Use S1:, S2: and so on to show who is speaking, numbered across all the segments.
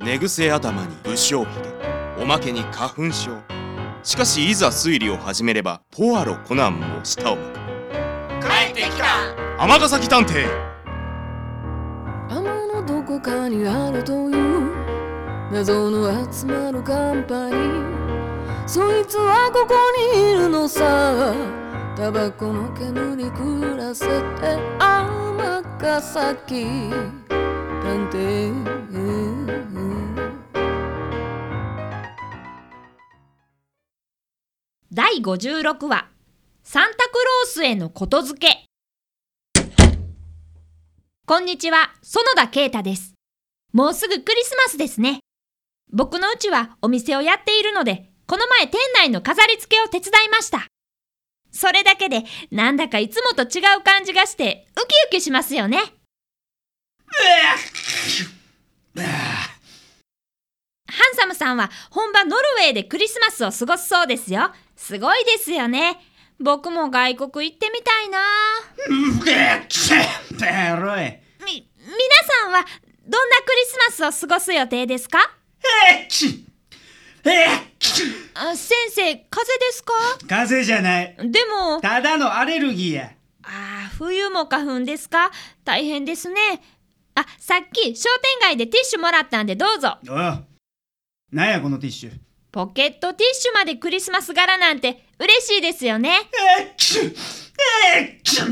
S1: 寝癖頭に不祥髭おまけに花粉症しかしいざ推理を始めればポアロコナンも舌を巻く
S2: 帰ってきた
S1: 尼崎探偵
S3: 雨のどこかにあるという謎の集まるカンパニーそいつはここにいるのさタバコの煙に暮らせて天ヶ崎探偵
S4: 第56話サンタクロースへのことづけこんにちは園田啓太ですもうすぐクリスマスですね僕のうちはお店をやっているのでこの前店内の飾り付けを手伝いましたそれだけでなんだかいつもと違う感じがしてウキウキしますよねハンサムさんは本場ノルウェーでクリスマスを過ごすそうですよ。すごいですよね。僕も外国行ってみたいな。
S2: ペロい
S4: み、皆さんはどんなクリスマスを過ごす予定ですか
S2: えっちえっち
S4: あ先生、風邪ですか
S2: 風邪じゃない
S4: でも、
S2: ただのアレルギーや
S4: あー冬も花粉ですか大変ですね。あ、さっき商店街でティッシュもらったんでどうぞ。
S2: おうなんやこのティッシュ
S4: ポケットティッシュまでクリスマス柄なんて嬉しいですよね。
S2: えっちえっち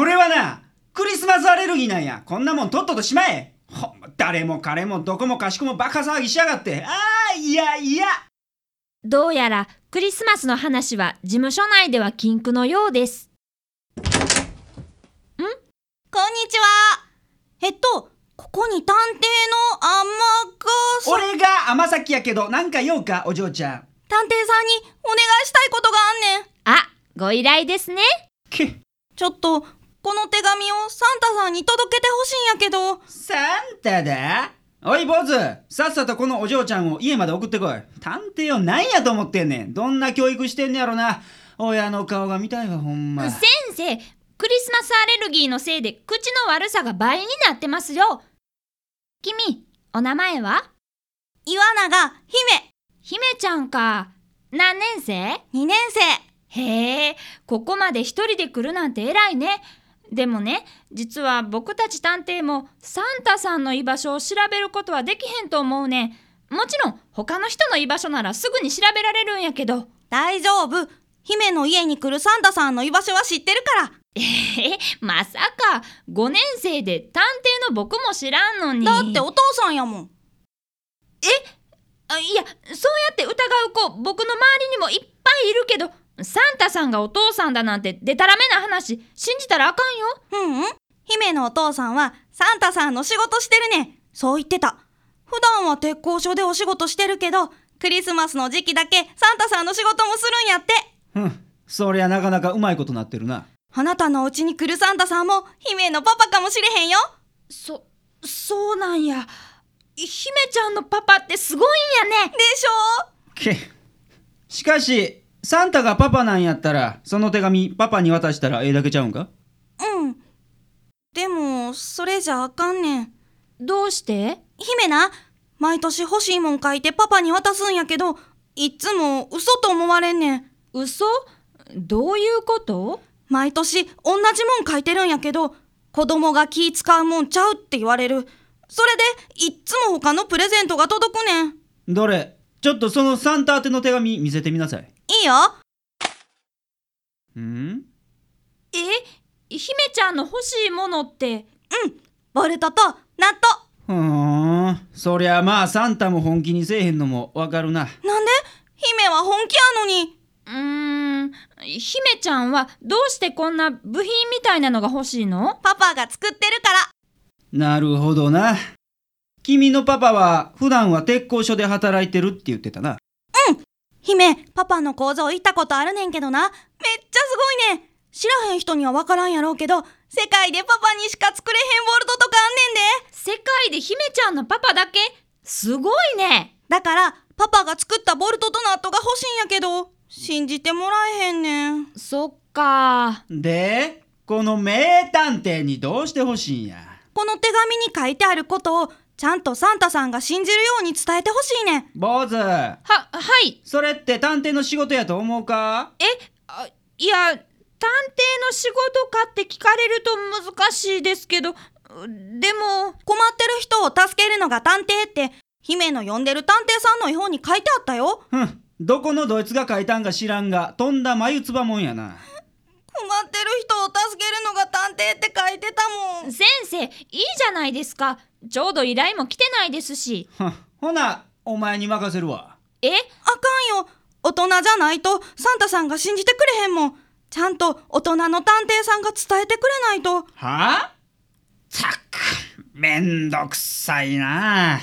S2: 俺はなクリスマスアレルギーなんやこんなもんとっととしまえほんま誰も彼もどこもかしこもバカ騒ぎしやがってああいやいや
S4: どうやらクリスマスの話は事務所内では禁句のようです。
S5: こんにちは。えっと、ここに探偵の甘がさ、
S2: 俺が甘崎やけどなんか用かお嬢ちゃん
S5: 探偵さんにお願いしたいことがあんねん。
S4: あ、ご依頼ですね。
S2: け
S5: ちょっと、この手紙をサンタさんに届けてほしいんやけど、
S2: サンタだおい坊主さっさとこのお嬢ちゃんを家まで送ってこい探偵を何やと思ってんねんどんな教育してんねやろな親の顔が見たいわほんま
S4: 先生、クリスマスアレルギーのせいで口の悪さが倍になってますよ。君、お名前は
S5: 岩永姫、
S4: 姫ちゃんか。何年生
S5: 2年生。
S4: へえ、ここまで一人で来るなんて偉いね。でもね、実は僕たち探偵もサンタさんの居場所を調べることはできへんと思うねん。もちろん他の人の居場所ならすぐに調べられるんやけど。
S5: 大丈夫。姫の家に来るサンタさんの居場所は知ってるから。
S4: え、まさか5年生で探偵の僕も知らんのに。
S5: だってお父さんやもん。
S4: あいや、そうやって疑う子僕の周りにもいっぱいいるけど、サンタさんがお父さんだなんてデタラメな話信じたらあかんよ。
S5: うんうん。姫のお父さんはサンタさんの仕事してるねん。そう言ってた。普段は鉄工所でお仕事してるけど、クリスマスの時期だけサンタさんの仕事もするんやって。
S2: うんそりゃなかなかうまいことなってるな
S5: あなたのお家に来るサンタさんも姫のパパかもしれへんよ。
S4: そ、そうなんや。姫ちゃんのパパってすごいんやね。
S5: でしょ
S2: けしかしサンタがパパなんやったらその手紙パパに渡したらええだけちゃうんか
S5: うん。でも、それじゃあかんねん。
S4: どうして
S5: 姫な、毎年欲しいもん書いてパパに渡すんやけど、いっつも嘘と思われんねん。
S4: 嘘どういうこと
S5: 毎年同じもん書いてるんやけど、子供が気使うもんちゃうって言われる。それで、いっつも他のプレゼントが届くねん。い
S2: どれちょっとそのサンタ宛ての手紙見せてみなさい
S5: いよ。
S2: うん
S4: え姫ちゃんの欲しいものって。
S5: ボルトと納豆。
S2: ふーんそりゃまあサンタも本気にせえへんのもわかるな
S5: なんで姫は本気やのに。
S4: うーん、姫ちゃんはどうしてこんな部品みたいなのが欲しいの
S5: パパが作ってるから。
S2: なるほどな。君のパパは普段は鉄工所で働いてるって言ってたな。
S5: 姫、パパの工場行ったことあるねんけどな。めっちゃすごいねん。知らへん人には分からんやろうけど、世界でパパにしか作れへんボルトとかあんねんで。
S4: 世界で姫ちゃんのパパだけすごいね。
S5: だから、パパが作ったボルトとナットが欲しいんやけど、信じてもらえへんねん。
S4: そっか。
S2: で、この名探偵にどうしてほしいんや。
S5: この手紙に書いてあることをちゃんとサンタさんが信じるように伝えてほしいねん
S2: 坊主
S4: は、はい。
S2: それって探偵の仕事やと思うか
S4: え、あいや、探偵の仕事かって聞かれると難しいですけど、うでも、
S5: 困ってる人を助けるのが探偵って姫の呼んでる探偵さんの絵本に書いてあったよ
S2: ふんどこのドイツが書いたんか知らんがとんだ眉唾もんやな
S5: 困ってる人を助けるのが探偵って書いてたもん
S4: 先生、いいじゃないですか。ちょうど依頼も来てないですし。
S2: ふんほなお前に任せるわ
S4: え、
S5: あかんよ大人じゃないとサンタさんが信じてくれへんもんちゃんと大人の探偵さんが伝えてくれないと
S2: はあたくめんどくさいな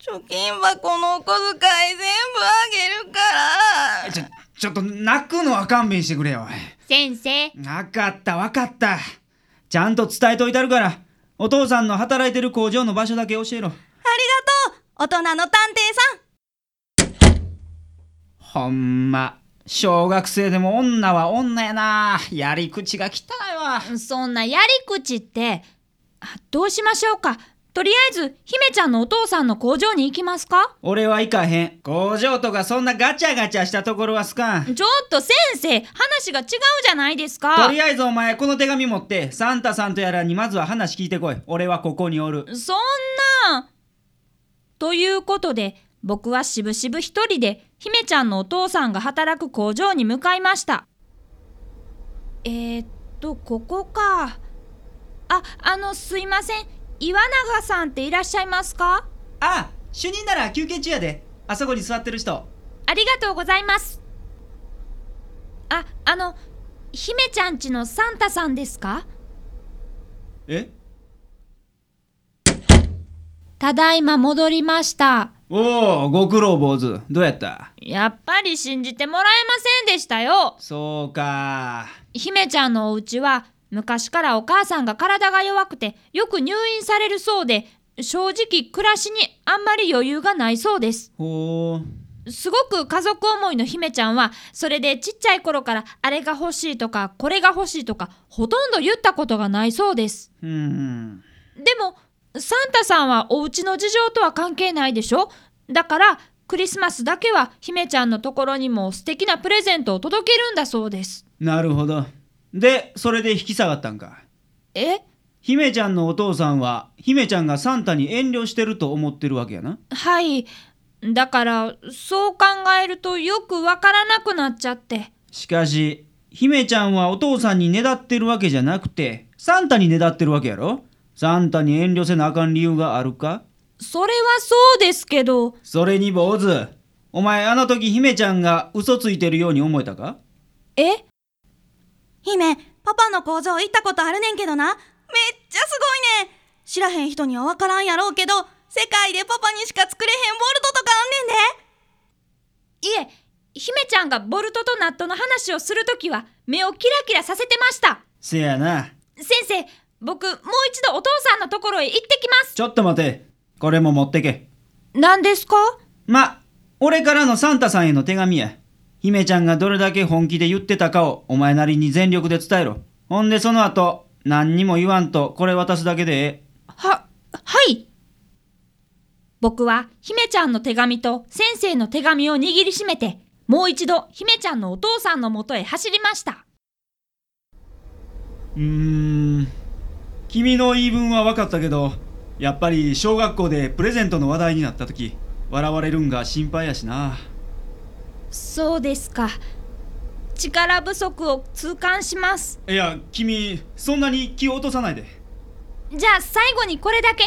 S5: 貯金箱のお小遣い全部あげるから
S2: ちょちょっと泣くのは勘弁してくれよ
S4: 先生、
S2: なかったわかったちゃんと伝えといたるからお父さんの働いてる工場の場所だけ教えろ
S5: ありがとう大人の探偵さん
S2: ほんま小学生でも女は女やなやり口が汚いわ
S4: そんなやり口って、あどうしましょうか。とりあえず、姫ちゃんのお父さんの工場に行きますか
S2: 俺は行かへん工場とかそんなガチャガチャしたところは好かん
S4: ちょっと先生、話が違うじゃないですか。
S2: とりあえずお前この手紙持ってサンタさんとやらにまずは話聞いてこい俺はここにおる
S4: そんなということで僕はしぶしぶ一人で姫ちゃんのお父さんが働く工場に向かいましたえー、っとここかああのすいません岩永さんっていらっしゃいますか
S2: あ主任なら休憩中やであそこに座ってる人
S4: ありがとうございますああの姫ちゃんちのサンタさんですか
S2: え
S4: ただいま戻りました
S2: おおご苦労坊主どうやった
S4: やっぱり信じてもらえませんでしたよ
S2: そうか
S4: 姫ちゃんのお家は昔からお母さんが体が弱くてよく入院されるそうで正直暮らしにあんまり余裕がないそうです
S2: ほう
S4: すごく家族思いの姫ちゃんはそれでちっちゃい頃からあれが欲しいとかこれが欲しいとかほとんど言ったことがないそうです
S2: うん
S4: でもサンタさんはお家の事情とは関係ないでしょだからクリスマスだけは姫ちゃんのところにも素敵なプレゼントを届けるんだそうです
S2: なるほどでそれで引き下がったんか
S4: え
S2: 姫ちゃんのお父さんは姫ちゃんがサンタに遠慮してると思ってるわけやな
S4: はいだからそう考えるとよくわからなくなっちゃって
S2: しかし姫ちゃんはお父さんにねだってるわけじゃなくてサンタにねだってるわけやろサンタに遠慮せなあかん理由があるか
S4: それはそうですけど
S2: それに坊主お前あの時姫ちゃんが嘘ついてるように思えたか
S4: え
S5: 姫パパの工場行ったことあるねんけどなめっちゃすごいねん知らへん人には分からんやろうけど世界でパパにしか作れへんボルトとかあんねんで
S4: いえ姫ちゃんがボルトとナットの話をするときは目をキラキラさせてました
S2: せやな
S4: 先生僕もう一度お父さんのところへ行ってきます
S2: ちょっと待てこれも持ってけ
S4: 何ですか
S2: ま俺からのサンタさんへの手紙や姫ちゃんがどれだけ本気で言ってたかをお前なりに全力で伝えろほんでその後何にも言わんとこれ渡すだけでええ
S4: ははい僕は姫ちゃんの手紙と先生の手紙を握りしめてもう一度姫ちゃんのお父さんのもとへ走りました
S2: うーん君の言い分は分かったけどやっぱり小学校でプレゼントの話題になった時笑われるんが心配やしな
S4: そうですか力不足を痛感します
S2: いや君そんなに気を落とさないで
S4: じゃあ最後にこれだけ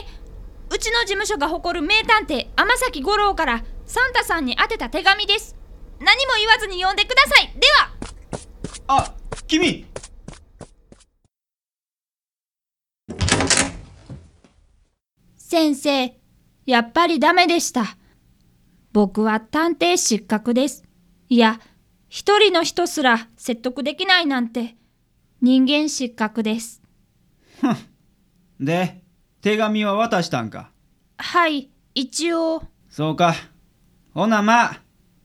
S4: うちの事務所が誇る名探偵天崎五郎からサンタさんに宛てた手紙です何も言わずに読んでくださいでは
S2: あ君
S4: 先生やっぱりダメでした僕は探偵失格ですいや一人の人すら説得できないなんて人間失格です
S2: で手紙は渡したんか
S4: はい一応
S2: そうかほなまあ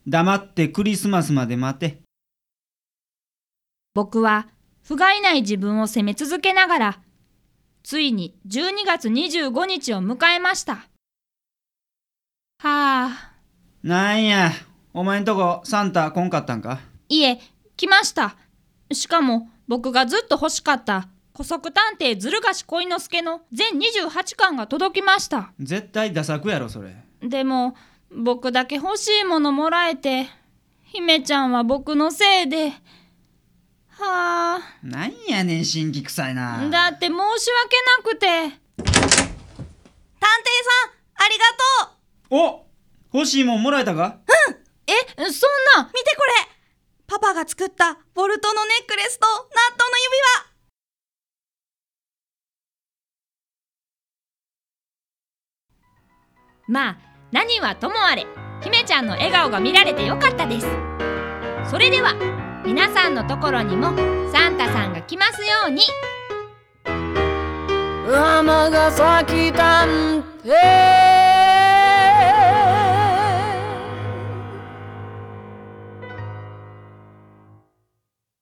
S2: 黙ってクリスマスまで待て
S4: 僕は不甲斐ない自分を責め続けながらついに12月25日を迎えましたした。
S2: なんやお前んとこサンタ来んかったんか
S4: いえ、来ました。しかも、僕がずっと欲しかった、古速探偵ずる賢恋之助の全28巻が届きました。
S2: 絶対ダサくやろそれ
S4: でも、僕だけ欲しいものもらえて、姫ちゃんは僕のせいで。は
S2: なんやねん新規臭いな
S4: あ、だって申し訳なくて。
S5: 探偵さん、ありがとう
S2: お欲しいもんもらえたか
S4: え、そんな、
S5: 見てこれパパが作ったボルトのネックレスとナットの指輪
S4: まあ何はともあれ姫ちゃんの笑顔が見られてよかったですそれでは皆さんのところにもサンタさんが来ますように
S3: 尼崎探偵